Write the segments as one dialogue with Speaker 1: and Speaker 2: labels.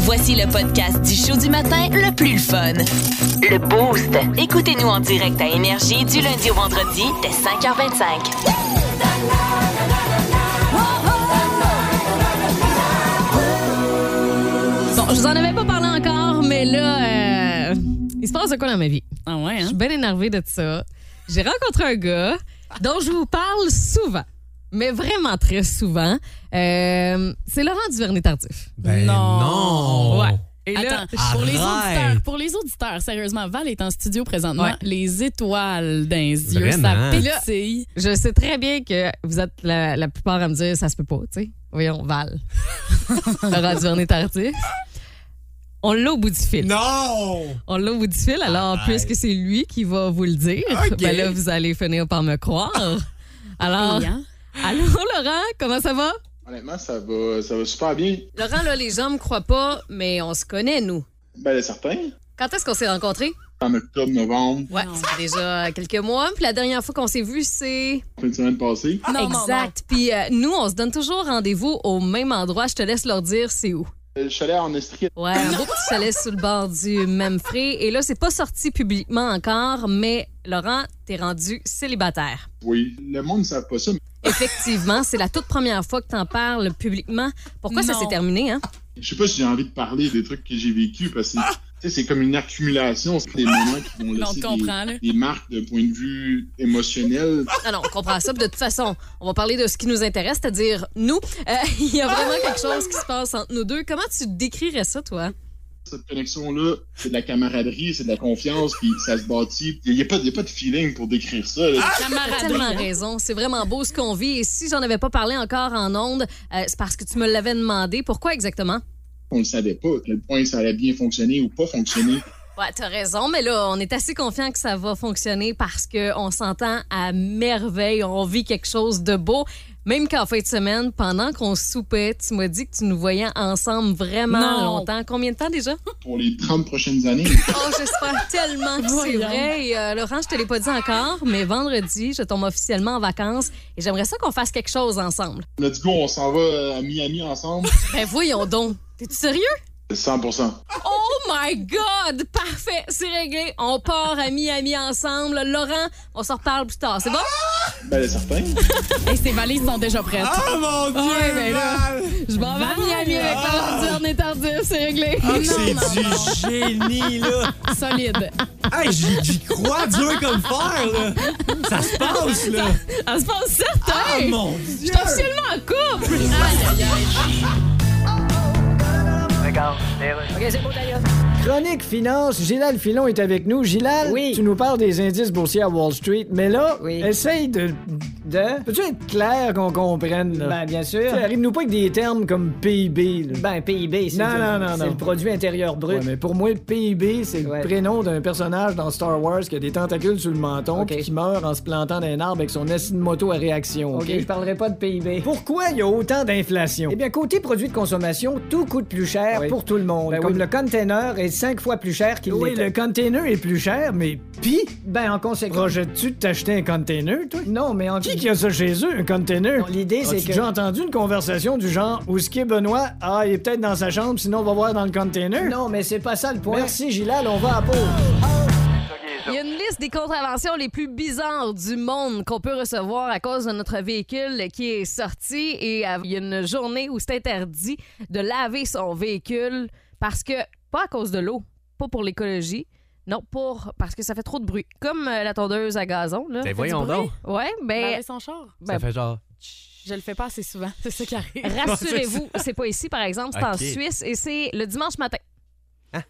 Speaker 1: Voici le podcast du show du matin le plus fun. Le Boost. Écoutez-nous en direct à Énergie du lundi au vendredi dès 5h25.
Speaker 2: Bon, je vous en avais pas parlé encore, mais là, euh, il se passe de quoi dans ma vie?
Speaker 3: Ah ouais,
Speaker 2: Je
Speaker 3: hein?
Speaker 2: suis bien énervée de ça. J'ai rencontré un gars dont je vous parle souvent, mais vraiment très souvent. Euh, c'est Laurent Duvernay-Tardif.
Speaker 4: Ben
Speaker 3: Non.
Speaker 4: non!
Speaker 2: Ouais. Et là,
Speaker 3: Attends, pour les,
Speaker 4: Arrête.
Speaker 3: auditeurs, pour les auditeurs, sérieusement, Val est en studio présentement.
Speaker 2: Ouais.
Speaker 3: Les étoiles d'un yeux,
Speaker 4: Vraiment.
Speaker 3: ça pétille.
Speaker 2: je sais très bien que vous êtes la, la plupart à me dire ça se peut pas, tu sais. Voyons, Val. Laurent Duvernay-Tardif. On l'a au bout du fil.
Speaker 4: Non!
Speaker 2: On l'a au bout du fil,
Speaker 3: Ah,
Speaker 2: alors
Speaker 4: Arrête.
Speaker 2: puisque c'est lui qui va vous le dire,
Speaker 4: Ok.
Speaker 2: ben là, vous allez finir par me croire. Alors,
Speaker 3: Pétillant.
Speaker 2: allô Laurent, comment ça va?
Speaker 5: Honnêtement, ça va, ça va super bien.
Speaker 2: Laurent, là, les gens me croient pas, mais on se connaît, nous.
Speaker 5: Ben, certain.
Speaker 2: Quand est-ce qu'on s'est rencontrés?
Speaker 5: En octobre, novembre,
Speaker 2: Ouais,
Speaker 3: Non.
Speaker 2: ça fait déjà quelques mois. Puis la dernière fois qu'on s'est vus, c'est...
Speaker 5: fin de semaine passée.
Speaker 3: Ah, Non, non,
Speaker 2: exact. Puis euh, nous, on se donne toujours rendez-vous au même endroit. Je te laisse leur dire c'est où.
Speaker 5: Euh, Je suis allé en Estrie.
Speaker 2: Ouais, un beau petit chalet sur le bord du Memphis. Et là, c'est pas sorti publiquement encore, mais Laurent, t'es rendu célibataire.
Speaker 5: Oui. Le monde ne savent pas ça. mais
Speaker 2: Effectivement, c'est la toute première fois que t'en parles publiquement. Pourquoi ça
Speaker 3: Non.
Speaker 2: s'est terminé, hein?
Speaker 5: Je sais pas si j'ai envie de parler des trucs que j'ai vécu parce que tu sais, c'est comme une accumulation. C'est des moments qui
Speaker 3: Non,
Speaker 5: vont
Speaker 3: on te
Speaker 5: laisser des,
Speaker 3: comprend, là.
Speaker 5: des marques de point de vue émotionnel.
Speaker 2: Ah non, on comprend ça. Puis de toute façon, on va parler de ce qui nous intéresse, c'est-à-dire nous. Euh, Il y a vraiment quelque chose qui se passe entre nous deux. Comment tu décrirais ça, toi?
Speaker 5: Cette connexion-là, c'est de la camaraderie, c'est de la confiance, puis ça se bâtit. Il n'y a, pas- y a pas de feeling pour décrire ça. là.
Speaker 2: T'as
Speaker 3: Camarade.
Speaker 2: tellement raison. C'est vraiment beau ce qu'on vit. Et si j'en avais pas parlé encore en ondes, euh, c'est parce que tu me l'avais demandé. Pourquoi exactement?
Speaker 5: On ne savait pas à quel point ça allait bien fonctionner ou pas fonctionner.
Speaker 2: Ouais, t'as raison, mais là, on est assez confiant que ça va fonctionner parce qu'on s'entend à merveille, on vit quelque chose de beau. Même qu'en fin de semaine, pendant qu'on soupait, tu m'as dit que tu nous voyais ensemble vraiment
Speaker 3: Non.
Speaker 2: longtemps. Combien de temps déjà?
Speaker 5: Pour les 30 prochaines années,
Speaker 2: Oh, j'espère tellement que c'est
Speaker 3: Voyons.
Speaker 2: vrai. Et, euh, Laurent, je te l'ai pas dit encore, mais vendredi, je tombe officiellement en vacances et j'aimerais ça qu'on fasse quelque chose ensemble.
Speaker 5: let's go, on s'en va à Miami ensemble.
Speaker 2: Ben voyons donc. T'es-tu sérieux?
Speaker 5: 100
Speaker 2: Oh my God! Parfait, c'est réglé. On part à Miami ensemble. Laurent, on s'en reparle plus tard. C'est bon?
Speaker 5: Ben, certain.
Speaker 3: Hey, ses valises sont déjà prêtes.
Speaker 4: Oh mon dieu!
Speaker 2: Ouais, ben là.
Speaker 4: Val!
Speaker 2: Je m'en vais à Miami avec Laurent on est tardif, c'est réglé.
Speaker 4: Ah,
Speaker 3: Non,
Speaker 4: c'est
Speaker 3: non,
Speaker 4: du génie, là!
Speaker 3: Solide.
Speaker 4: Hey, j'y j'y crois Dieu comme faire, là! Ça se passe, là!
Speaker 3: Ah,
Speaker 2: On se passe certain!
Speaker 4: Oh mon dieu!
Speaker 2: Je suis officiellement en couple!
Speaker 6: Chronique Finance, Gilal Filon est avec nous. Gilal, tu nous parles des indices boursiers à Wall Street, mais là, essaye de... de... Peux-tu être clair qu'on comprenne? Là? Ben, bien sûr. Arrive-nous pas avec des termes comme PIB. Ben, PIB, c'est non, non, non, le produit intérieur brut. mais pour moi, le PIB, c'est le prénom d'un personnage dans Star Wars qui a des tentacules sur le menton puis qui meurt en se plantant d'un arbre avec son acide moto à réaction. OK, je parlerai pas de PIB. Pourquoi il y a autant d'inflation? Eh bien, côté produits de consommation, tout coûte plus cher pour tout le monde. comme le container est cinq fois plus cher qu'il Ben Oui, le container est plus cher, mais pis? Ben, en conséquence. Projettes-tu de t'acheter un container, toi? Non, mais en... Qui qui a ça chez eux, un container? L'idée, c'est que... J'ai entendu une conversation du genre, où ce qui est Benoît, ah, il est peut-être dans sa chambre, sinon on va voir dans le container. Non, mais c'est pas ça le point. Merci, Gilal, on va à pause.
Speaker 2: Il y a une liste des contraventions les plus bizarres du monde qu'on peut recevoir à cause de notre véhicule qui est sorti et euh, il y a une journée où c'est interdit de laver son véhicule parce que, pas à cause de l'eau, pas pour l'écologie, non, pour parce que ça fait trop de bruit. Comme euh, la tondeuse à gazon, là.
Speaker 4: Ben voyons donc!
Speaker 2: Ouais, ben,
Speaker 3: Laver son char.
Speaker 2: ben,
Speaker 4: Ça fait genre...
Speaker 3: Je le fais pas assez souvent. C'est ça qui arrive.
Speaker 2: rassurez-vous, c'est pas ici, par exemple, c'est en
Speaker 4: Ok. Hein?
Speaker 2: Suisse et c'est le dimanche matin.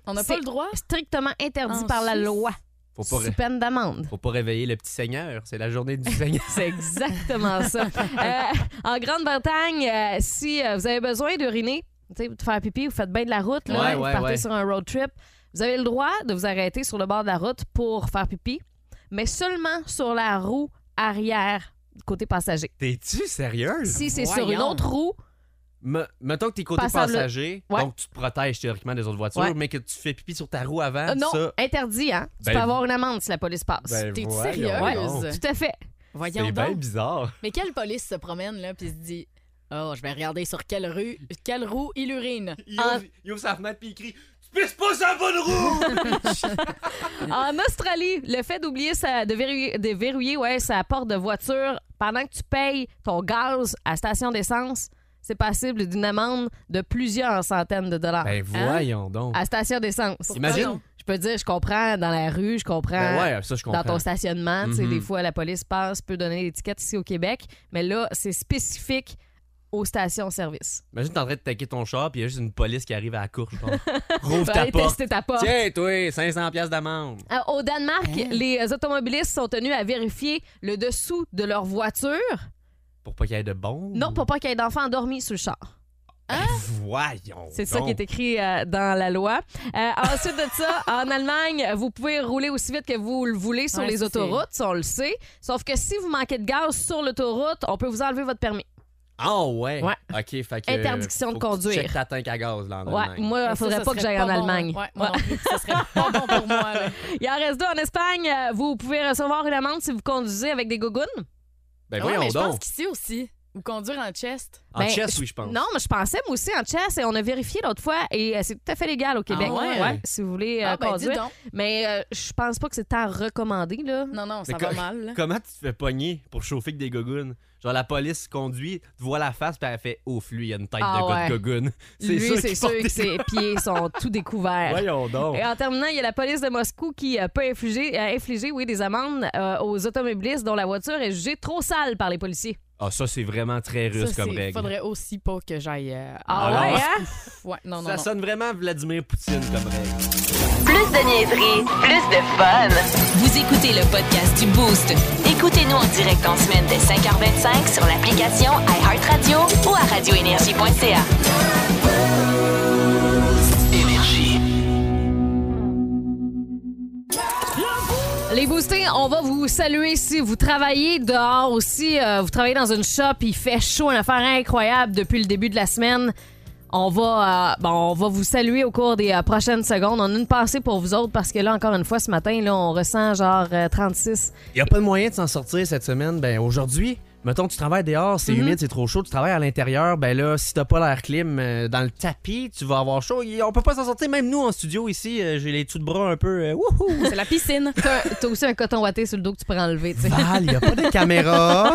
Speaker 3: On n'a
Speaker 2: C'est-
Speaker 3: pas le droit.
Speaker 2: Strictement interdit
Speaker 3: En
Speaker 2: par la
Speaker 3: Suisse?
Speaker 2: loi.
Speaker 4: Faut pas,
Speaker 2: Sous
Speaker 4: ré-
Speaker 2: peine d'amende.
Speaker 4: faut pas réveiller le petit seigneur, c'est la journée du seigneur.
Speaker 2: C'est exactement ça. Euh, en Grande-Bretagne, euh, si euh, vous avez besoin d'uriner, tu sais, de faire pipi, vous faites bien de la route, là,
Speaker 4: Ouais,
Speaker 2: vous
Speaker 4: ouais,
Speaker 2: partez
Speaker 4: ouais.
Speaker 2: sur un road trip, vous avez le droit de vous arrêter sur le bord de la route pour faire pipi, mais seulement sur la roue arrière côté passager.
Speaker 4: T'es-tu sérieuse?
Speaker 2: Si c'est sur une
Speaker 3: Voyons.
Speaker 2: autre roue,
Speaker 4: Me- mettons que t'es côté
Speaker 2: Passable.
Speaker 4: passager,
Speaker 2: Ouais.
Speaker 4: donc tu te protèges théoriquement des autres voitures,
Speaker 2: Ouais.
Speaker 4: mais que tu fais pipi sur ta roue avant,
Speaker 2: euh, non,
Speaker 4: Ah, ça...
Speaker 2: interdit, hein? Tu
Speaker 4: Ben,
Speaker 2: peux avoir une amende si la police passe.
Speaker 4: Ben
Speaker 3: T'es-tu
Speaker 4: voyons
Speaker 3: sérieuse?
Speaker 4: donc.
Speaker 2: Tout à fait.
Speaker 4: C'est
Speaker 3: Voyons
Speaker 4: bien
Speaker 3: donc.
Speaker 4: bizarre.
Speaker 3: Mais quelle police se promène là puis se dit Oh, je vais regarder sur quelle rue, quelle roue il urine.
Speaker 4: Il ouvre, il ouvre sa fenêtre puis il crie Tu pisses pas sur la bonne roue
Speaker 2: En Australie, le fait d'oublier sa, de verrouiller, de verrouiller, ouais, sa porte de voiture pendant que tu payes ton gaz à station d'essence, c'est passible d'une amende de plusieurs centaines de dollars.
Speaker 4: Ben
Speaker 2: Hein?
Speaker 4: voyons donc.
Speaker 2: À station d'essence.
Speaker 4: Imagine.
Speaker 2: Je peux dire, je comprends dans la rue, je comprends
Speaker 4: Ben ouais, ça je comprends.
Speaker 2: Euh, dans ton stationnement. Tu sais,
Speaker 4: Mhm.
Speaker 2: Des fois, la police passe, peut donner l'étiquette ici au Québec, mais là, c'est spécifique aux stations-service.
Speaker 4: Imagine t'es en train de taquer ton char puis il y a juste une police qui arrive à la course. genre. Rouvre
Speaker 2: Faut
Speaker 4: ta
Speaker 2: aller
Speaker 4: porte.
Speaker 2: tester ta porte.
Speaker 4: Tiens, toi, 500 pièces d'amende.
Speaker 2: Euh, Au Danemark, les automobilistes sont tenus à vérifier le dessous de leur voiture.
Speaker 4: Pour pas qu'il y ait de bombes.
Speaker 2: Non, pour pas qu'il y ait d'enfants endormis sur le char.
Speaker 4: Ben Voyons.
Speaker 2: C'est ça
Speaker 4: donc.
Speaker 2: qui est écrit euh, dans la loi. Euh, ensuite de ça, en Allemagne, vous pouvez rouler aussi vite que vous le voulez sur
Speaker 3: Ouais,
Speaker 2: les
Speaker 3: c'est-
Speaker 2: autoroutes, on le sait. Sauf que si vous manquez de gaz sur l'autoroute, on peut vous enlever votre permis.
Speaker 4: Ah ouais.
Speaker 2: Ouais.
Speaker 4: OK, fait que
Speaker 2: Interdiction de
Speaker 4: faut que tu
Speaker 2: conduire.
Speaker 4: checkes ta tank à gaz là en
Speaker 2: Ouais,
Speaker 4: Allemagne.
Speaker 2: moi, il
Speaker 3: Ça,
Speaker 2: faudrait
Speaker 3: ça
Speaker 2: pas que
Speaker 3: serait
Speaker 2: j'aille en
Speaker 3: bon. hein.
Speaker 2: Allemagne.
Speaker 3: Ouais, moi non plus, ça serait pas bon pour moi. là. Ah
Speaker 2: Il en reste deux en Espagne. Euh, Vous pouvez recevoir une amende si vous conduisez avec des gougounes.
Speaker 4: Ben
Speaker 3: Ouais,
Speaker 4: voyons
Speaker 3: mais je pense
Speaker 4: donc.
Speaker 3: qu'ici aussi, ou conduire en chest.
Speaker 4: En
Speaker 2: Ben,
Speaker 4: chess, oui, je pense.
Speaker 2: Non, mais je pensais, moi aussi, en chess, et on a vérifié l'autre fois, et euh, c'est tout à fait légal au Québec.
Speaker 3: Ah ouais?
Speaker 2: si vous voulez euh,
Speaker 3: ah, ben, dis
Speaker 2: conduire.
Speaker 3: donc.
Speaker 2: Mais euh, je pense pas que c'est tant recommandé, là.
Speaker 3: Non, non, ça
Speaker 4: Mais
Speaker 3: va
Speaker 4: co-
Speaker 3: mal. là.
Speaker 4: Comment tu te fais pogner pour chauffer que des gogounes? Genre, la police conduit, tu vois la face, puis elle fait Ouf, lui, il a une tête
Speaker 2: Ah
Speaker 4: de gars de
Speaker 2: ouais.
Speaker 4: gogoune.
Speaker 2: Lui, c'est
Speaker 4: qu'il
Speaker 2: sûr
Speaker 4: porte
Speaker 2: que
Speaker 4: des-
Speaker 2: ses pieds sont tout découverts.
Speaker 4: Voyons donc.
Speaker 2: Et en terminant, il y a la police de Moscou qui euh, peut infliger, euh, infliger, oui, des amendes euh, aux automobilistes dont la voiture est jugée trop sale par les policiers.
Speaker 4: Ah, ça, c'est vraiment très
Speaker 3: Ça,
Speaker 4: russe
Speaker 3: c'est-
Speaker 4: comme règle.
Speaker 3: faudrait aussi pas que j'aille. euh,
Speaker 2: Ah,
Speaker 4: Ah
Speaker 2: ouais,
Speaker 4: non.
Speaker 2: hein?
Speaker 3: Ouais, non, non.
Speaker 4: Ça
Speaker 3: non.
Speaker 4: sonne vraiment Vladimir Poutine comme règle.
Speaker 1: Plus de niaiserie, plus de fun. Vous écoutez le podcast du Boost. Écoutez-nous en direct en semaine dès 5h25 sur l'application iHeartRadio ou à radioénergie.ca.
Speaker 2: Les boostés, on va vous saluer si vous travaillez dehors aussi. euh, vous travaillez dans une shop, il fait chaud, une affaire incroyable depuis le début de la semaine. On va, euh, bon, on va vous saluer au cours des euh, prochaines secondes. On a une pensée pour vous autres parce que là, encore une fois, ce matin, là, on ressent genre euh, 36.
Speaker 4: Il a pas de moyen de s'en sortir cette semaine. Ben, aujourd'hui, mettons, tu travailles dehors,
Speaker 3: Mhm.
Speaker 4: c'est humide, c'est trop chaud, tu travailles à l'intérieur. Ben là, si t'as pas l'air clim euh, dans le tapis, tu vas avoir chaud. Et On peut pas s'en sortir, même nous en studio ici. euh, J'ai les tout de bras un peu. euh, wouhou!
Speaker 3: C'est la piscine.
Speaker 2: T'as t'as aussi un coton ouaté sur le dos que tu peux enlever. tu sais.
Speaker 4: Val, y a pas de caméra.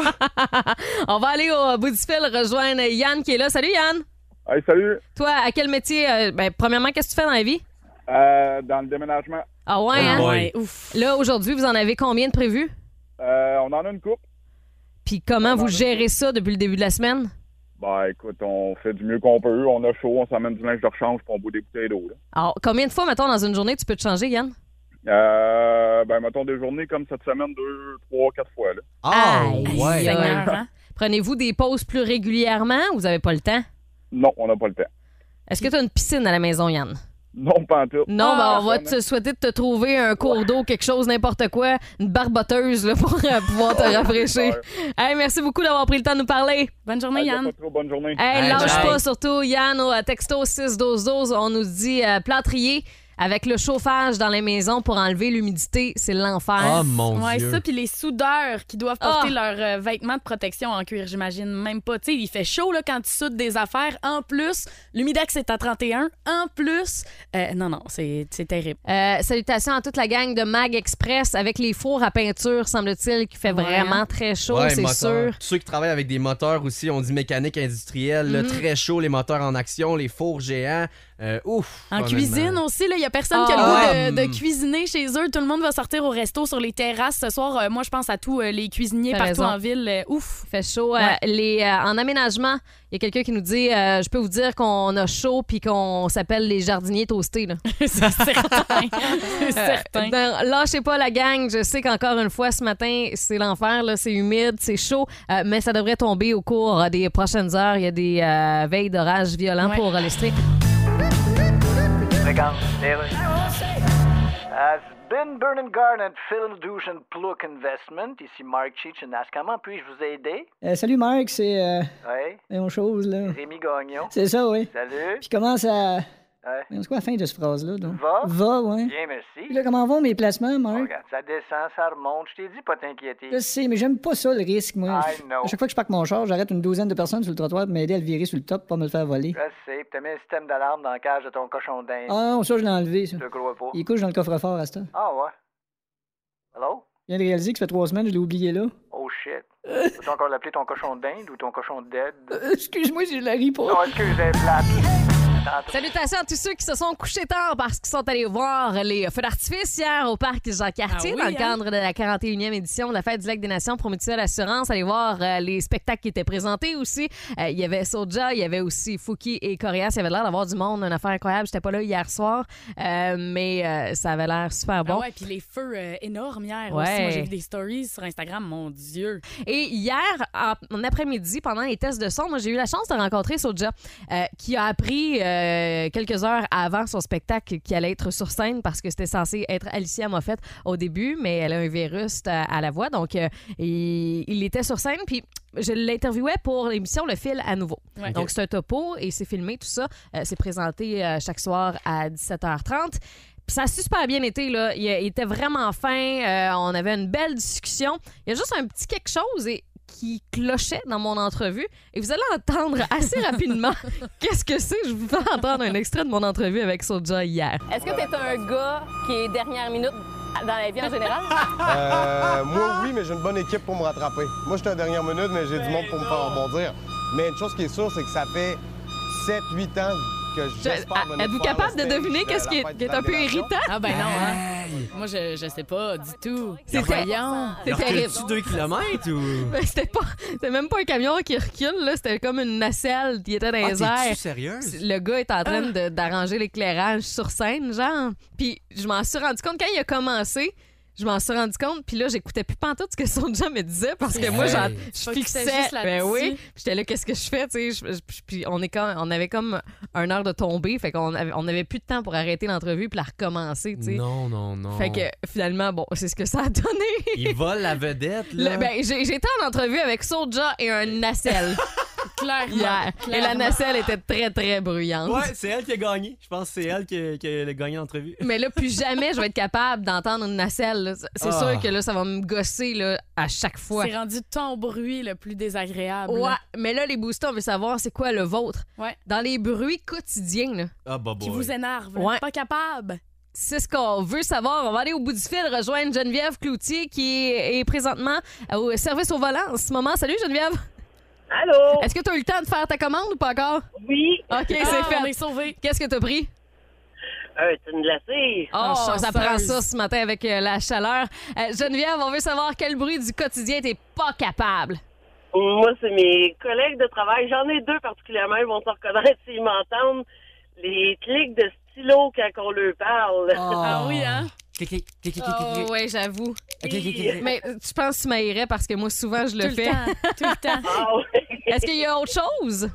Speaker 2: On va aller au euh, bout du fil rejoindre Yann qui est là. Salut Yann!
Speaker 7: Hey, salut.
Speaker 2: Toi, à quel métier, euh, ben, premièrement, qu'est-ce que tu fais dans la vie?
Speaker 7: Euh, dans le déménagement,
Speaker 2: Ah ouais,
Speaker 4: Ah
Speaker 2: hein?
Speaker 4: ouais.
Speaker 3: ouf.
Speaker 2: Là, aujourd'hui, vous en avez combien de prévus?
Speaker 7: euh, on en a une coupe.
Speaker 2: Puis comment vous gérez ça depuis le début de la semaine?
Speaker 7: Bah écoute, on fait du mieux qu'on peut. On a chaud, on s'amène du linge de rechange pour on bout des bouteilles d'eau. là.
Speaker 2: Alors, combien de fois, mettons, dans une journée, tu peux te changer, Yann?
Speaker 7: Euh, ben mettons des journées comme cette semaine, deux, trois, quatre fois. Là.
Speaker 4: Ah
Speaker 2: Aïe,
Speaker 4: ouais.
Speaker 2: aïe.
Speaker 3: Seigneur, hein?
Speaker 2: Prenez-vous des pauses plus régulièrement ou vous n'avez pas le temps?
Speaker 7: Non, on n'a pas le temps.
Speaker 2: Est-ce que tu as une piscine à la maison, Yann?
Speaker 7: Non, pas en tout.
Speaker 4: Ah,
Speaker 7: Ah,
Speaker 2: Non, ben, on va
Speaker 7: non.
Speaker 2: te souhaiter de te trouver un cours d'eau, quelque chose, n'importe quoi, une barboteuse là, pour euh, pouvoir te rafraîchir. Hey, merci beaucoup d'avoir pris le temps de nous parler.
Speaker 3: Bonne
Speaker 7: Ah,
Speaker 3: journée,
Speaker 7: y a
Speaker 3: Yann.
Speaker 7: pas trop bonne journée.
Speaker 2: Hey,
Speaker 4: Hey,
Speaker 2: lâche
Speaker 4: bye.
Speaker 2: pas, surtout, Yann, au euh, texto 61212, on nous dit euh, plâtrier avec le chauffage dans les maisons pour enlever l'humidité, c'est l'enfer.
Speaker 4: Oh mon
Speaker 3: Ouais,
Speaker 4: dieu.
Speaker 3: ça, puis les soudeurs qui doivent porter
Speaker 2: Ah.
Speaker 3: leurs euh, vêtements de protection en cuir, j'imagine même pas. Tu sais, il fait chaud là, quand tu soudes des affaires. En plus, l'humidex est à 31. En plus, euh, non, non, c'est c'est terrible.
Speaker 2: Euh, salutations à toute la gang de Mag Express avec les fours à peinture, semble-t-il, qui fait
Speaker 3: Ouais. hein.
Speaker 2: vraiment très chaud,
Speaker 4: Ouais,
Speaker 2: c'est
Speaker 4: moteur.
Speaker 2: sûr.
Speaker 4: Tous ceux qui travaillent avec des moteurs aussi, on dit mécanique industrielle,
Speaker 3: Mhm.
Speaker 4: là, très chaud, les moteurs en action, les fours géants. euh, ouf.
Speaker 3: En
Speaker 4: honnêtement.
Speaker 3: cuisine aussi, il y a personne
Speaker 2: Ah.
Speaker 3: qui a le goût
Speaker 4: Ah.
Speaker 3: de, de cuisiner chez eux. Tout le monde va sortir au resto, sur les terrasses ce soir. Euh, moi, je pense à tous euh, les cuisiniers
Speaker 2: T'as
Speaker 3: partout
Speaker 2: raison.
Speaker 3: en ville. Euh, ouf.
Speaker 2: Fait chaud.
Speaker 3: Ouais.
Speaker 2: Euh, les, euh, en aménagement, il y a quelqu'un qui nous dit euh, Je peux vous dire qu'on a chaud puis qu'on s'appelle les jardiniers toastés. Là.
Speaker 3: c'est certain. c'est certain.
Speaker 2: Ben, lâchez pas la gang. Je sais qu'encore une fois, ce matin, c'est l'enfer. là. C'est humide, c'est chaud, euh, mais ça devrait tomber au cours euh, des prochaines heures. Il y a des euh, veilles d'orage violents
Speaker 3: Ouais.
Speaker 2: pour euh, l'Estrie.
Speaker 8: Regarde, les rues. I've been burning garden at Phil Douche and Pluck Investment. Ici Mark Chichinas. Comment puis-je vous aider?
Speaker 6: Euh, salut Marc, c'est euh,
Speaker 8: Oui,
Speaker 6: on chose là.
Speaker 8: Rémi Gagnon.
Speaker 6: C'est ça, oui.
Speaker 8: Salut.
Speaker 6: Puis comment ça,
Speaker 8: Ouais.
Speaker 6: Mais C'est quoi la fin de cette phrase-là, donc?
Speaker 8: Va?
Speaker 6: Va, ouais.
Speaker 8: Bien, merci.
Speaker 6: Puis là, comment vont mes placements,
Speaker 8: Bon,
Speaker 6: Marc?
Speaker 8: regarde, ça descend, ça remonte. Je t'ai dit, pas t'inquiéter.
Speaker 6: Je sais, mais j'aime pas ça, le risque, moi.
Speaker 8: I know.
Speaker 6: À chaque fois que je parque mon char, j'arrête une douzaine de personnes sur le trottoir pour m'aider à le virer sur le top, pas me le faire voler.
Speaker 8: Je sais, pis t'as mis un système d'alarme dans la cage de ton cochon d'Inde.
Speaker 6: Ah non, ça, je l'ai enlevé, ça.
Speaker 8: Je te crois pas.
Speaker 6: Il couche dans le coffre-fort à ce temps.
Speaker 8: Ah ouais? Allô?
Speaker 6: Je viens de réaliser que ça fait trois semaines, je l'ai oublié là.
Speaker 8: Oh shit. Peux-tu encore l'appeler ton cochon d'Inde ou ton cochon dead?
Speaker 6: Excuse-moi, je la ris pas.
Speaker 8: Non, excuse, elle est plate.
Speaker 2: Salutations à tous ceux qui se sont couchés tard parce qu'ils sont allés voir les feux d'artifice hier au parc Jean-Cartier
Speaker 3: Ah oui,
Speaker 2: dans le
Speaker 3: hein?
Speaker 2: cadre de la 41e édition de la Fête du Lac des Nations pour Mutuelle Assurance. Allez voir euh, les spectacles qui étaient présentés aussi. Euh, Il y avait Soja, il y avait aussi Fouki et Corias. Il y avait l'air d'avoir du monde, une affaire incroyable. J'étais pas là hier soir, euh, mais euh, ça avait l'air super bon.
Speaker 3: Ah ouais, puis les feux euh, énormes hier
Speaker 2: Ouais.
Speaker 3: aussi. Moi, j'ai vu des stories sur Instagram, mon Dieu.
Speaker 2: Et hier, en en après-midi, pendant les tests de son, moi, j'ai eu la chance de rencontrer Soja, euh, qui a appris euh, quelques heures avant son spectacle qu'il allait être sur scène parce que c'était censé être Alicia Moffett au début, mais elle a un virus à, à la voix. Donc, euh, il, il était sur scène, puis je l'interviewais pour l'émission Le Fil à nouveau.
Speaker 3: Ouais.
Speaker 2: Donc, c'est un topo et c'est filmé, tout ça. Euh, c'est présenté euh, chaque soir à 17h30. Puis ça a super bien été, là. Il, il était vraiment fin. euh, on avait une belle discussion. Il y a juste un petit quelque chose et- qui clochait dans mon entrevue. Et vous allez entendre assez rapidement qu'est-ce que c'est. Je vous fais entendre un extrait de mon entrevue avec Soja hier.
Speaker 9: Est-ce que t'es un gars qui est dernière minute dans la vie en général?
Speaker 10: Euh, moi, oui, mais j'ai une bonne équipe pour me rattraper. Moi, j'étais en dernière minute, mais j'ai du monde pour me faire rebondir. Mais une chose qui est sûre, c'est que ça fait 7-8 ans que
Speaker 2: Je-
Speaker 10: j'espère
Speaker 2: à- Êtes-vous capable de
Speaker 10: euh,
Speaker 2: deviner qu'est-ce qui est, qui est un peu irritant?
Speaker 3: Ah ben non, hein? Moi, je, je sais pas du tout.
Speaker 2: C'était-
Speaker 3: Voyons.
Speaker 2: C'est terrible.
Speaker 4: tu 2 km ou. Ah,
Speaker 2: Ben, C'était pas, c'était même pas un camion qui recule, là. C'était comme une nacelle qui était dans les
Speaker 4: Ah,
Speaker 2: airs.
Speaker 4: t'es-tu sérieuse? Ah.
Speaker 2: Le gars est en train de- d'arranger l'éclairage sur scène, genre. Puis je m'en suis rendu compte quand il a commencé. Je m'en suis rendu compte, puis là, j'écoutais plus pantoute ce que son job me disait parce que moi,
Speaker 4: Hey.
Speaker 2: j'en- je
Speaker 3: Faut que tu
Speaker 2: fixais.
Speaker 3: t'agisses
Speaker 2: Ben
Speaker 3: là-dessus.
Speaker 2: oui. J'étais là, qu'est-ce que je fais, tu sais. je- je- je- Puis on, est comme, on avait comme un heure de tombée, fait qu'on avait, on avait plus de temps pour arrêter l'entrevue puis la recommencer, tu sais.
Speaker 4: Non, non, non.
Speaker 2: Fait que finalement, bon, c'est ce que ça a donné.
Speaker 4: Il vole la vedette, là.
Speaker 2: Le- ben, j'ai- j'étais en entrevue avec Soulja et un nacelle
Speaker 3: Clairement.
Speaker 2: hier. et la
Speaker 3: clairement.
Speaker 2: nacelle était très, très bruyante.
Speaker 4: Ouais, c'est elle qui a gagné. Je pense que c'est elle qui a, qui a gagné l'entrevue.
Speaker 2: Mais là, plus jamais je vais être capable d'entendre une nacelle. là. C'est
Speaker 4: Ah.
Speaker 2: sûr que là, ça va me gosser là, à chaque fois.
Speaker 3: C'est rendu ton bruit le plus désagréable.
Speaker 2: Ouais, mais là, les boosters, on veut savoir c'est quoi le vôtre.
Speaker 3: Ouais.
Speaker 2: Dans les bruits quotidiens, là,
Speaker 4: Ah, bah,
Speaker 3: Qui vous énerve. là.
Speaker 2: Ouais.
Speaker 3: Pas capable.
Speaker 2: c'est ce qu'on veut savoir. On va aller au bout du fil rejoindre Geneviève Cloutier qui est présentement au service au volant en ce moment. Salut Geneviève!
Speaker 9: Allô?
Speaker 2: Est-ce que tu as eu le temps de faire ta commande ou pas encore?
Speaker 9: Oui,
Speaker 2: OK, c'est
Speaker 3: Ah, on
Speaker 2: fait.
Speaker 3: est sauvés.
Speaker 2: Qu'est-ce que t'as pris?
Speaker 9: euh, tu me glacée.
Speaker 2: Oh,
Speaker 3: Ah,
Speaker 2: ça
Speaker 3: chanceuse.
Speaker 2: prend ça ce matin avec euh, la chaleur. Euh, Geneviève, on veut savoir quel bruit du quotidien t'es pas capable.
Speaker 9: Moi, c'est mes collègues de travail. J'en ai deux particulièrement. Ils vont se reconnaître s'ils m'entendent. Les clics de stylo quand on leur parle.
Speaker 3: Ah oui, hein?
Speaker 2: Oh, ouais, j'avoue.
Speaker 4: Ah,
Speaker 9: Oui.
Speaker 2: Mais euh, tu penses que tu m'haïrais parce que moi, souvent, je
Speaker 3: Tout
Speaker 2: le
Speaker 3: le
Speaker 2: fais.
Speaker 3: temps. Tout le temps.
Speaker 9: Ah oui.
Speaker 2: Est-ce qu'il y a autre chose?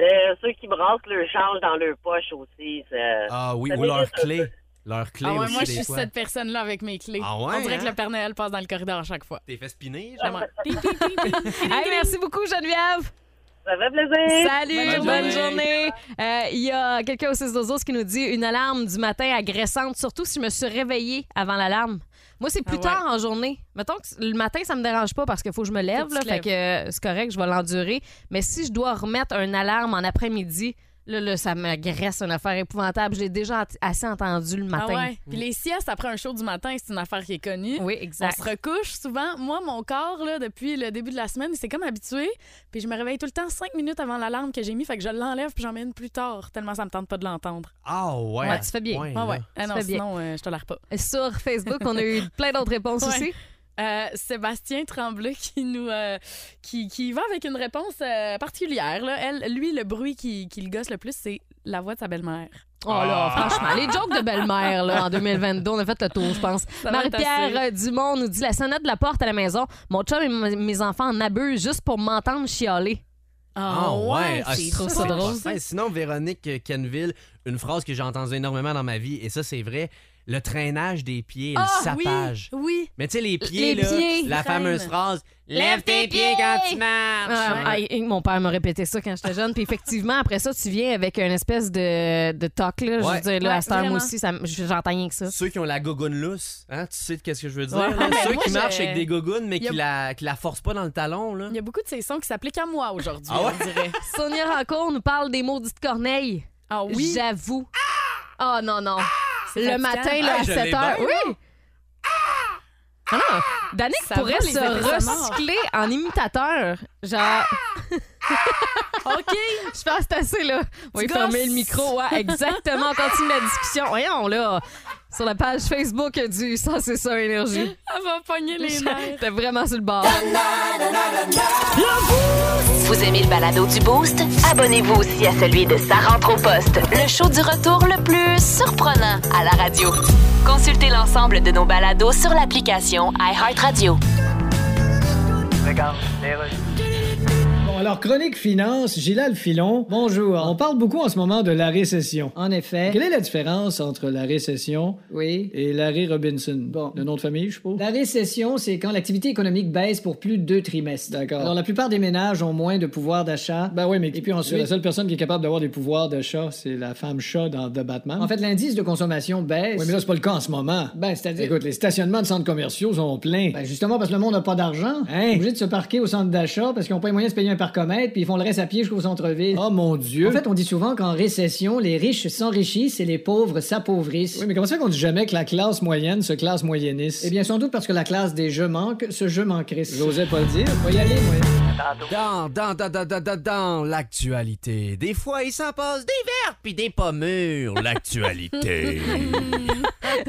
Speaker 9: Euh, ceux qui brassent leur charge dans leur poche aussi. ça-
Speaker 4: Ah oui,
Speaker 9: Ça
Speaker 4: ou
Speaker 9: mérite-
Speaker 4: leur clé. Leur clé
Speaker 3: Ah ouais,
Speaker 4: aussi,
Speaker 3: moi, je
Speaker 4: des
Speaker 3: suis
Speaker 4: fois.
Speaker 3: cette personne-là avec mes clés.
Speaker 4: Ah ouais,
Speaker 3: On dirait
Speaker 4: hein?
Speaker 3: que le Père Noël passe dans le corridor à chaque fois. Ah
Speaker 4: T'es fait spinner,
Speaker 2: Ah
Speaker 4: genre?
Speaker 3: Vraiment. Ting, ting, ting, ting.
Speaker 2: Hey, merci beaucoup, Geneviève.
Speaker 9: Ça fait plaisir.
Speaker 2: Salut, bonne
Speaker 3: Bonne
Speaker 2: journée.
Speaker 3: journée.
Speaker 2: Euh, Il y a quelqu'un au 6 12 qui nous dit une alarme du matin agressante, surtout si je me suis réveillée avant l'alarme. Moi, c'est plus
Speaker 3: Ah ouais.
Speaker 2: tard en journée. Mettons que le matin, ça me dérange pas parce qu'il faut que je me lève.
Speaker 3: Faut que
Speaker 2: là,
Speaker 3: tu te
Speaker 2: fait
Speaker 3: lèves.
Speaker 2: que euh, c'est correct, je vais l'endurer. Mais si je dois remettre un alarme en après-midi, là, là, ça m'agresse, une affaire épouvantable. Je l'ai déjà ent- assez entendu le
Speaker 3: Ah
Speaker 2: matin.
Speaker 3: ouais. Puis les siestes après un show du matin, c'est une affaire qui est connue.
Speaker 2: Oui,
Speaker 3: On
Speaker 2: exact.
Speaker 3: se recouche souvent. Moi, mon corps, là, depuis le début de la semaine, c'est comme habitué. Puis je me réveille tout le temps cinq minutes avant l'alarme que j'ai mis. Fait que je l'enlève puis j'en mets une plus tard, tellement ça me tente pas de l'entendre.
Speaker 4: Ah ouais.
Speaker 2: Ouais, tu fais bien.
Speaker 4: Ouais,
Speaker 3: Ah ouais.
Speaker 4: là.
Speaker 3: Ah non,
Speaker 2: fais bien.
Speaker 3: sinon, euh, je tolère pas.
Speaker 2: Sur Facebook, on a eu plein d'autres réponses
Speaker 3: Ouais.
Speaker 2: aussi.
Speaker 3: Euh, Sébastien Tremblay qui nous euh, qui, qui va avec une réponse euh, particulière. là. Elle, lui, le bruit qui, qui le gosse le plus, c'est la voix de sa belle-mère.
Speaker 2: Oh là, franchement, les jokes de belle-mère là, en 2022, on a fait le tour, je pense.
Speaker 3: va être
Speaker 2: Marie-Pierre euh, Dumont nous dit la sonnette de la porte à la maison. Mon chum et m- mes enfants en abusent juste pour m'entendre chialer.
Speaker 4: Ah ouais, ah,
Speaker 2: c'est
Speaker 4: ça,
Speaker 2: trop
Speaker 4: c'est
Speaker 2: ça
Speaker 4: pas
Speaker 2: drôle.
Speaker 4: euh, fin. Sinon, Véronique Kenville, une phrase que j'ai entendue énormément dans ma vie, et ça, c'est vrai, le traînage des pieds,
Speaker 3: Ah,
Speaker 4: le sapage.
Speaker 3: Oui, oui.
Speaker 4: Mais tu sais, les pieds,
Speaker 3: Les
Speaker 4: là,
Speaker 3: pieds.
Speaker 4: la
Speaker 3: Traîne.
Speaker 4: fameuse phrase Lève tes pieds quand
Speaker 2: Ah,
Speaker 4: tu marches.
Speaker 2: aïe, aïe, mon père me répétait ça quand j'étais jeune. Puis effectivement, après ça, tu viens avec une espèce de, de toc. Là, Je
Speaker 4: Ouais.
Speaker 2: veux dire, là,
Speaker 4: Ouais,
Speaker 2: à cette heure, moi
Speaker 4: vraiment.
Speaker 2: aussi, ça m- j'entends rien que ça.
Speaker 4: Ceux qui ont la gogoune lousse, hein, tu sais de qu'est-ce que je veux dire.
Speaker 2: Ouais.
Speaker 4: là?
Speaker 2: Ah, ben,
Speaker 4: Ceux
Speaker 2: moi,
Speaker 4: qui
Speaker 2: je-
Speaker 4: marchent avec des gogounes, mais
Speaker 3: Il y a-
Speaker 4: qui la, qui la forcent pas dans le talon. Là.
Speaker 3: Il y a beaucoup de ces sons qui s'appliquent à moi aujourd'hui,
Speaker 4: Ah ouais?
Speaker 3: on dirait.
Speaker 2: Sonia Rancourt nous parle des maudites corneilles.
Speaker 3: Ah oui?
Speaker 2: J'avoue. Ah non, non.
Speaker 3: C'est
Speaker 2: Le
Speaker 3: fatigant.
Speaker 2: matin, là,
Speaker 3: Ah,
Speaker 2: à
Speaker 3: je
Speaker 2: 7
Speaker 3: l'ai
Speaker 2: heures.
Speaker 3: bien,
Speaker 2: Oui. Ah! Danick
Speaker 3: Ça
Speaker 2: pourrait
Speaker 3: va, les
Speaker 2: se
Speaker 3: effets sonores.
Speaker 2: recycler en imitateur. Genre.
Speaker 3: Ah! OK.
Speaker 2: Je pense que c'est assez, là. On va
Speaker 3: Tu
Speaker 2: y fermer
Speaker 3: gosses.
Speaker 2: le micro. Ouais, exactement. On continue la discussion. Voyons, là. Sur la page Facebook du Ça, c'est ça, Énergie.
Speaker 3: Elle va pogner les nerfs.
Speaker 2: T'es vraiment sur le bord.
Speaker 1: Vous aimez le balado du Boost? Abonnez-vous aussi à celui de Sa rentre au poste, le show du retour le plus surprenant à la radio. Consultez l'ensemble de nos balados sur l'application iHeartRadio.
Speaker 8: Regarde, les rues.
Speaker 6: Bon, alors, chronique finance, Gilal Filon. Bonjour. On parle beaucoup en ce moment de la récession. En effet. Quelle est la différence entre la récession oui. et Larry Robinson? Bon, le nom de famille, je suppose. La récession, c'est quand l'activité économique baisse pour plus de deux trimestres. D'accord. Alors, la plupart des ménages ont moins de pouvoir d'achat. Ben oui, mais... Et puis ensuite,
Speaker 11: Oui.
Speaker 6: la seule personne qui est capable d'avoir des pouvoirs d'achat, c'est la femme chat dans The Batman. En fait, l'indice de consommation baisse. Oui, mais là, c'est pas le cas en ce moment. Ben, c'est-à-dire... Écoute, les stationnements de centres commerciaux sont pleins. Ben, justement, parce que le monde n'a pas d'argent. Hein? Obligé de se parquer au centre d'achat parce qu'ils n'ont pas les moyens de se payer un parcomètre, puis ils font le reste à pied jusqu'au centre-ville. Oh mon Dieu! En fait, on dit souvent qu'en récession, les riches s'enrichissent et les pauvres s'appauvrissent. Oui, mais comment ça qu'on dit jamais que la classe moyenne se classe moyenniste? Eh bien, sans doute parce que la classe des jeux manque, ce jeu manquerait. J'osais pas le dire. Faut y aller, moi.
Speaker 4: Dans, dans, dans, dans, dans, dans, dans l'actualité. Des fois, il s'en passe des vertes puis des pas mûres. L'actualité.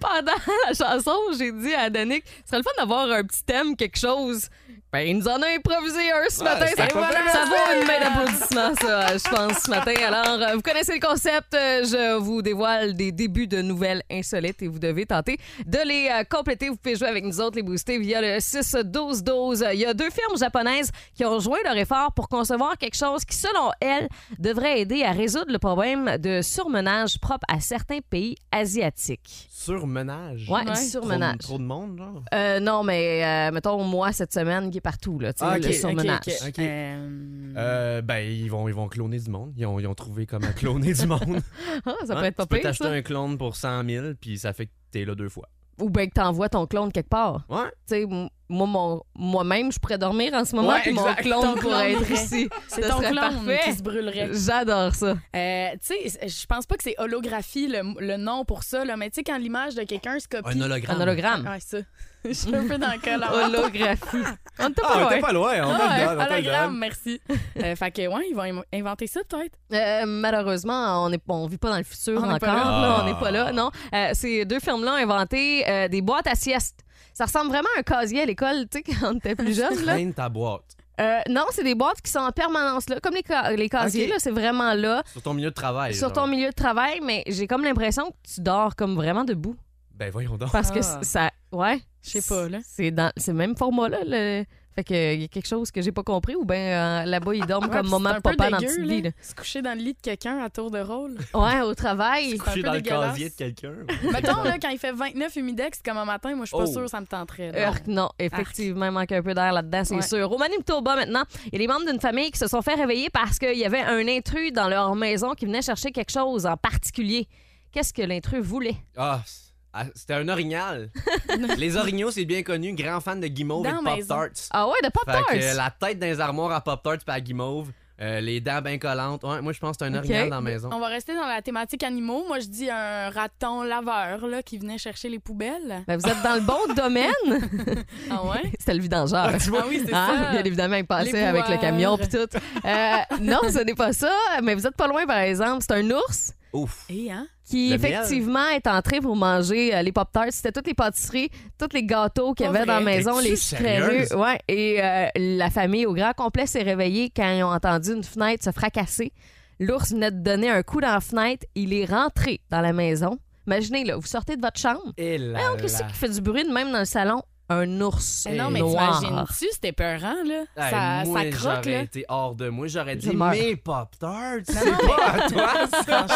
Speaker 2: Pendant la chanson, j'ai dit à Danick, ce serait le fun d'avoir un petit thème, quelque chose. Ben, il nous en a improvisé un ce
Speaker 4: Ouais,
Speaker 2: matin.
Speaker 4: Ah, c'est
Speaker 2: Ça,
Speaker 4: pas mal.
Speaker 2: ça vaut une main d'applaudissement, ça, je pense, ce matin. Alors, euh, vous connaissez le concept. euh, Je vous dévoile des débuts de nouvelles insolites et vous devez tenter de les euh, compléter. Vous pouvez jouer avec nous autres, les booster via le 6-12-12. Il y a deux firmes japonaises qui ont joint leur effort pour concevoir quelque chose qui, selon elles, devrait aider à résoudre le problème de surmenage propre à certains pays asiatiques.
Speaker 4: Surmenage.
Speaker 2: Ouais, Ouais. surmenage.
Speaker 4: Trop, trop de monde, genre.
Speaker 2: Euh, non, mais euh, mettons, moi, cette semaine, qui est partout, là, tu sais,
Speaker 4: Ah,
Speaker 2: le
Speaker 4: ok,
Speaker 2: surmenage.
Speaker 4: ok, ok. Euh, ben, ils vont, ils vont cloner du monde. Ils ont, ils ont trouvé comment cloner du monde.
Speaker 2: Ah, ça peut
Speaker 4: Hein?
Speaker 2: être pas
Speaker 4: Tu peux
Speaker 2: pire,
Speaker 4: t'acheter
Speaker 2: ça.
Speaker 4: un clone pour 100 000, puis ça fait que t'es là deux fois.
Speaker 2: Ou bien que t'envoies ton clone quelque part.
Speaker 4: Ouais.
Speaker 2: Tu sais, m- moi, mon- moi-même, je pourrais dormir en ce moment,
Speaker 3: Ouais,
Speaker 2: puis mon
Speaker 3: exact.
Speaker 2: clone
Speaker 3: Ton
Speaker 2: pourrait
Speaker 3: clone
Speaker 2: être
Speaker 3: irait.
Speaker 2: ici.
Speaker 3: C'est
Speaker 2: Ça
Speaker 3: ton
Speaker 2: serait
Speaker 3: clone
Speaker 2: parfait.
Speaker 3: qui se brûlerait.
Speaker 2: J'adore ça.
Speaker 3: Euh, tu sais, je pense pas que c'est holographie le, le nom pour ça, là, mais tu sais, quand l'image de quelqu'un se copie.
Speaker 4: Un hologramme. Un
Speaker 2: hologramme.
Speaker 3: Ouais, ça. Je suis un peu dans le col.
Speaker 2: Holographie. On était
Speaker 4: Ah, on était pas loin, on
Speaker 3: Ah
Speaker 4: te le
Speaker 3: ouais,
Speaker 4: donne, on te le
Speaker 3: hologramme,
Speaker 4: donne.
Speaker 3: merci. Euh, fait que, ouais, ils vont im- inventer ça, peut-être.
Speaker 2: Euh, malheureusement, on ne on vit pas dans le futur
Speaker 3: On n'est
Speaker 2: encore.
Speaker 3: pas là.
Speaker 2: là,
Speaker 3: Ah.
Speaker 2: on n'est pas là, non. Euh, ces deux firmes-là ont inventé euh, des boîtes à sieste. Ça ressemble vraiment à un casier à l'école, tu sais, quand on était plus jeune. Là.
Speaker 4: Traîne ta boîte
Speaker 2: Euh, non, c'est des boîtes qui sont en permanence là, comme les, ca- les casiers,
Speaker 4: Ok.
Speaker 2: là, c'est vraiment là.
Speaker 4: sur ton milieu de travail.
Speaker 2: Sur
Speaker 4: genre.
Speaker 2: ton milieu de travail, mais j'ai comme l'impression que tu dors comme vraiment debout.
Speaker 4: Ben, voyons donc.
Speaker 2: Parce que
Speaker 4: Ah.
Speaker 2: c- ça. Ouais.
Speaker 3: Je sais pas, là.
Speaker 2: C'est dans c'est le même format-là. le- Fait que il y a quelque chose que j'ai pas compris ou bien euh, là-bas, ils dorment
Speaker 3: Ouais,
Speaker 2: comme
Speaker 3: puis
Speaker 2: maman
Speaker 3: c'est
Speaker 2: et
Speaker 3: un peu
Speaker 2: papa dans le
Speaker 3: dégueu,
Speaker 2: petit
Speaker 3: là,
Speaker 2: lit. là.
Speaker 3: Se coucher dans le lit de quelqu'un à tour de rôle.
Speaker 2: Ouais, au travail.
Speaker 3: C'est un peu
Speaker 4: Couché dans le
Speaker 3: dégueulasse.
Speaker 4: casier de quelqu'un.
Speaker 3: Mettons, là, quand il fait 29 humidex, comme un matin, moi, je suis pas
Speaker 4: Oh.
Speaker 3: sûre que ça me tenterait. là.
Speaker 2: Urk, Euh, non, effectivement, il manque un peu d'air là-dedans, c'est
Speaker 3: Ouais.
Speaker 2: sûr. Au Manitoba, maintenant, il y a des membres d'une famille qui se sont fait réveiller parce qu'il y avait un intrus dans leur maison qui venait chercher quelque chose en particulier. Qu'est-ce que l'intrus voulait?
Speaker 4: Ah, c- ah, c'était un orignal. les orignaux, c'est bien connu, grand fan de guimauve
Speaker 2: Dans
Speaker 4: et de
Speaker 2: maison.
Speaker 4: Pop-Tarts.
Speaker 2: Ah ouais, de Pop-Tarts?
Speaker 4: Fait que, euh, la tête dans les armoires à Pop-Tarts puis à guimauve, euh, les dents bien collantes. Ouais, moi, je pense que c'est un
Speaker 2: Ok.
Speaker 4: orignal dans la maison.
Speaker 3: On va rester dans la thématique animaux. Moi, je dis un raton laveur là, qui venait chercher les poubelles.
Speaker 2: Ben, vous êtes dans le bon domaine.
Speaker 3: Ah ouais?
Speaker 2: C'était le vidangeur.
Speaker 3: Ah, tu vois? Ah oui, c'est ça.
Speaker 2: Bien évidemment, il passait
Speaker 3: Les
Speaker 2: avec le
Speaker 3: pouvoirs.
Speaker 2: camion puis tout. Euh, non, ce n'est pas ça, mais vous êtes pas loin, par exemple. C'est un ours
Speaker 4: Ouf.
Speaker 3: Et hein?
Speaker 2: qui,
Speaker 3: Le miel.
Speaker 2: effectivement, est entré pour manger euh, les Pop-Tarts. C'était toutes les pâtisseries, tous les gâteaux qu'il y
Speaker 3: Pas
Speaker 2: avait dans la
Speaker 3: vrai.
Speaker 2: maison,
Speaker 3: T'es-tu
Speaker 2: les
Speaker 3: sérieuse?
Speaker 2: sucreries. Ouais, et euh, la famille au grand complet s'est réveillée quand ils ont entendu une fenêtre se fracasser. L'ours venait de donner un coup dans la fenêtre. Il est rentré dans la maison. Imaginez, là, vous sortez de votre chambre.
Speaker 4: Et là
Speaker 2: Voyons,
Speaker 4: là.
Speaker 2: qu'est-ce qui fait du bruit de même dans le salon? un ours
Speaker 3: Mais non, mais
Speaker 2: noir.
Speaker 3: t'imagines-tu, c'était peurant, là?
Speaker 4: Hey,
Speaker 3: ça,
Speaker 4: moi,
Speaker 3: ça croque,
Speaker 4: j'aurais
Speaker 3: là.
Speaker 4: été hors de moi. J'aurais
Speaker 2: Je
Speaker 4: dit,
Speaker 2: meurs.
Speaker 4: mais Pop-Tarts, c'est pas à toi, ça.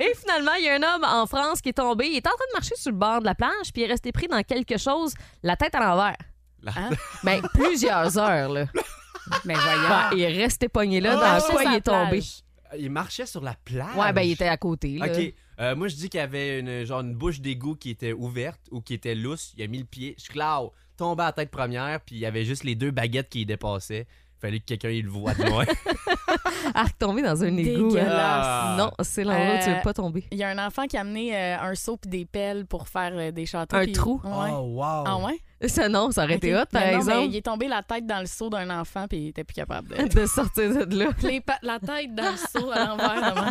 Speaker 2: Et finalement, il y a un homme en France qui est tombé. Il est en train de marcher sur le bord de la plage, puis il est resté pris dans quelque chose, la tête à l'envers.
Speaker 4: Hein?
Speaker 2: Ben, plusieurs heures, là.
Speaker 3: Mais voyons.
Speaker 2: Ben, il est resté pogné là, dans
Speaker 4: Oh! Marchait
Speaker 2: quoi
Speaker 4: sur
Speaker 2: il
Speaker 4: la
Speaker 2: est tombé.
Speaker 4: plage. Il marchait sur la plage.
Speaker 2: Ouais, ben, il était à côté, là.
Speaker 4: OK. Euh, moi, je dis qu'il y avait une, genre, une bouche d'égout qui était ouverte ou qui était lousse. Il a mis le pied. Je claw, tombé à la tête première, puis il y avait juste les deux baguettes qui dépassaient. Fallait que quelqu'un il le voie de loin.
Speaker 2: Ah, tomber dans un égout.
Speaker 3: Dégueulasse.
Speaker 4: Ah!
Speaker 2: hein. Non, c'est l'endroit où tu
Speaker 3: Euh,
Speaker 2: veux pas tomber.
Speaker 3: Il y a un enfant qui a amené euh, un seau et des pelles pour faire euh, des châteaux.
Speaker 2: Un
Speaker 3: puis-
Speaker 2: trou?
Speaker 3: Ouais.
Speaker 4: Oh, wow.
Speaker 3: Ah ouais?
Speaker 2: Ça, non, ça aurait été hot, par
Speaker 3: Mais Ben, non, mais
Speaker 2: exemple,
Speaker 3: il est tombé la tête dans le seau d'un enfant puis il était plus capable de...
Speaker 2: de sortir de là.
Speaker 3: Les pa- la tête dans le seau à l'envers. vraiment.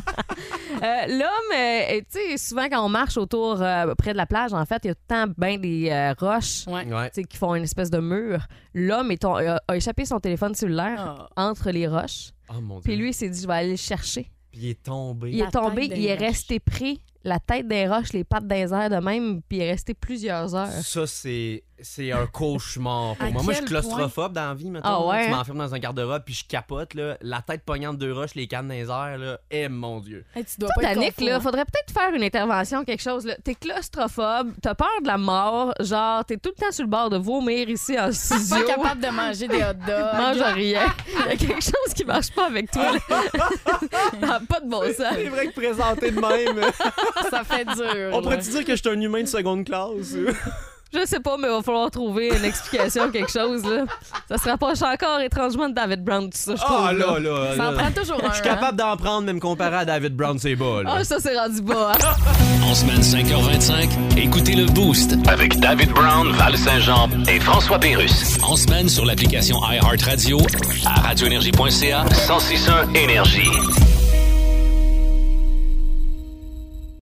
Speaker 2: Euh, L'homme, euh, tu sais, souvent quand on marche autour, euh, près de la plage, en fait, il y a tant bien des euh, roches
Speaker 3: Ouais.
Speaker 4: Ouais.
Speaker 2: tu sais, qui font une espèce de mur. L'homme est ton- euh, a, a échappé son téléphone
Speaker 3: Ah.
Speaker 2: cellulaire entre les roches.
Speaker 4: Oh mon dieu.
Speaker 2: Puis lui, il s'est dit, je vais aller le chercher.
Speaker 4: Puis il est tombé.
Speaker 2: Il
Speaker 3: La
Speaker 2: est tombé,
Speaker 3: tête des
Speaker 2: il est
Speaker 3: roches.
Speaker 2: resté pris, la tête des roches, les pattes des airs de même, puis il est resté plusieurs heures.
Speaker 4: Ça, c'est, c'est un cauchemar pour
Speaker 3: À
Speaker 4: moi. Moi, je suis
Speaker 3: quel
Speaker 4: claustrophobe dans la vie, mettons.
Speaker 2: Ah ouais,
Speaker 4: Tu
Speaker 2: hein?
Speaker 4: m'enfermes dans un garde-robe, puis je capote, là. La tête pognante de roches, les cannes dans les airs, là. Eh, mon Dieu.
Speaker 3: Hey, tu dois
Speaker 2: Toi,
Speaker 3: pas être
Speaker 2: Danick,
Speaker 3: confus,
Speaker 2: là,
Speaker 3: hein.
Speaker 2: faudrait peut-être faire une intervention, quelque chose. là. T'es claustrophobe, t'as peur de la mort, genre, t'es tout le temps sur le bord de vomir ici en
Speaker 3: Pas
Speaker 2: studio.
Speaker 3: capable de manger des hot dogs.
Speaker 2: Mange rien. Il y a quelque chose qui marche pas avec toi. là. Ah, pas de bon sens.
Speaker 4: C'est vrai que présenter de même,
Speaker 3: ça fait dur.
Speaker 4: on
Speaker 3: là.
Speaker 4: pourrait dire que je suis un humain de seconde classe?
Speaker 2: Je sais pas, mais il va falloir trouver une explication, quelque chose. Là. Ça se rapproche encore étrangement de David Brown, tout ça, je trouve.
Speaker 4: Ah là, là,
Speaker 3: Ça en
Speaker 4: là.
Speaker 3: prend toujours un.
Speaker 4: Je suis
Speaker 3: hein.
Speaker 4: capable d'en prendre, même comparé à David Brown, c'est bas, là.
Speaker 2: Ah, ça, c'est rendu bas. hein.
Speaker 11: En semaine 5h25, écoutez le Boost
Speaker 12: Avec David Brown, Val Saint-Jean et François Pérus.
Speaker 11: En semaine sur l'application iHeartRadio à radioénergie.ca.
Speaker 12: 1061 Énergie.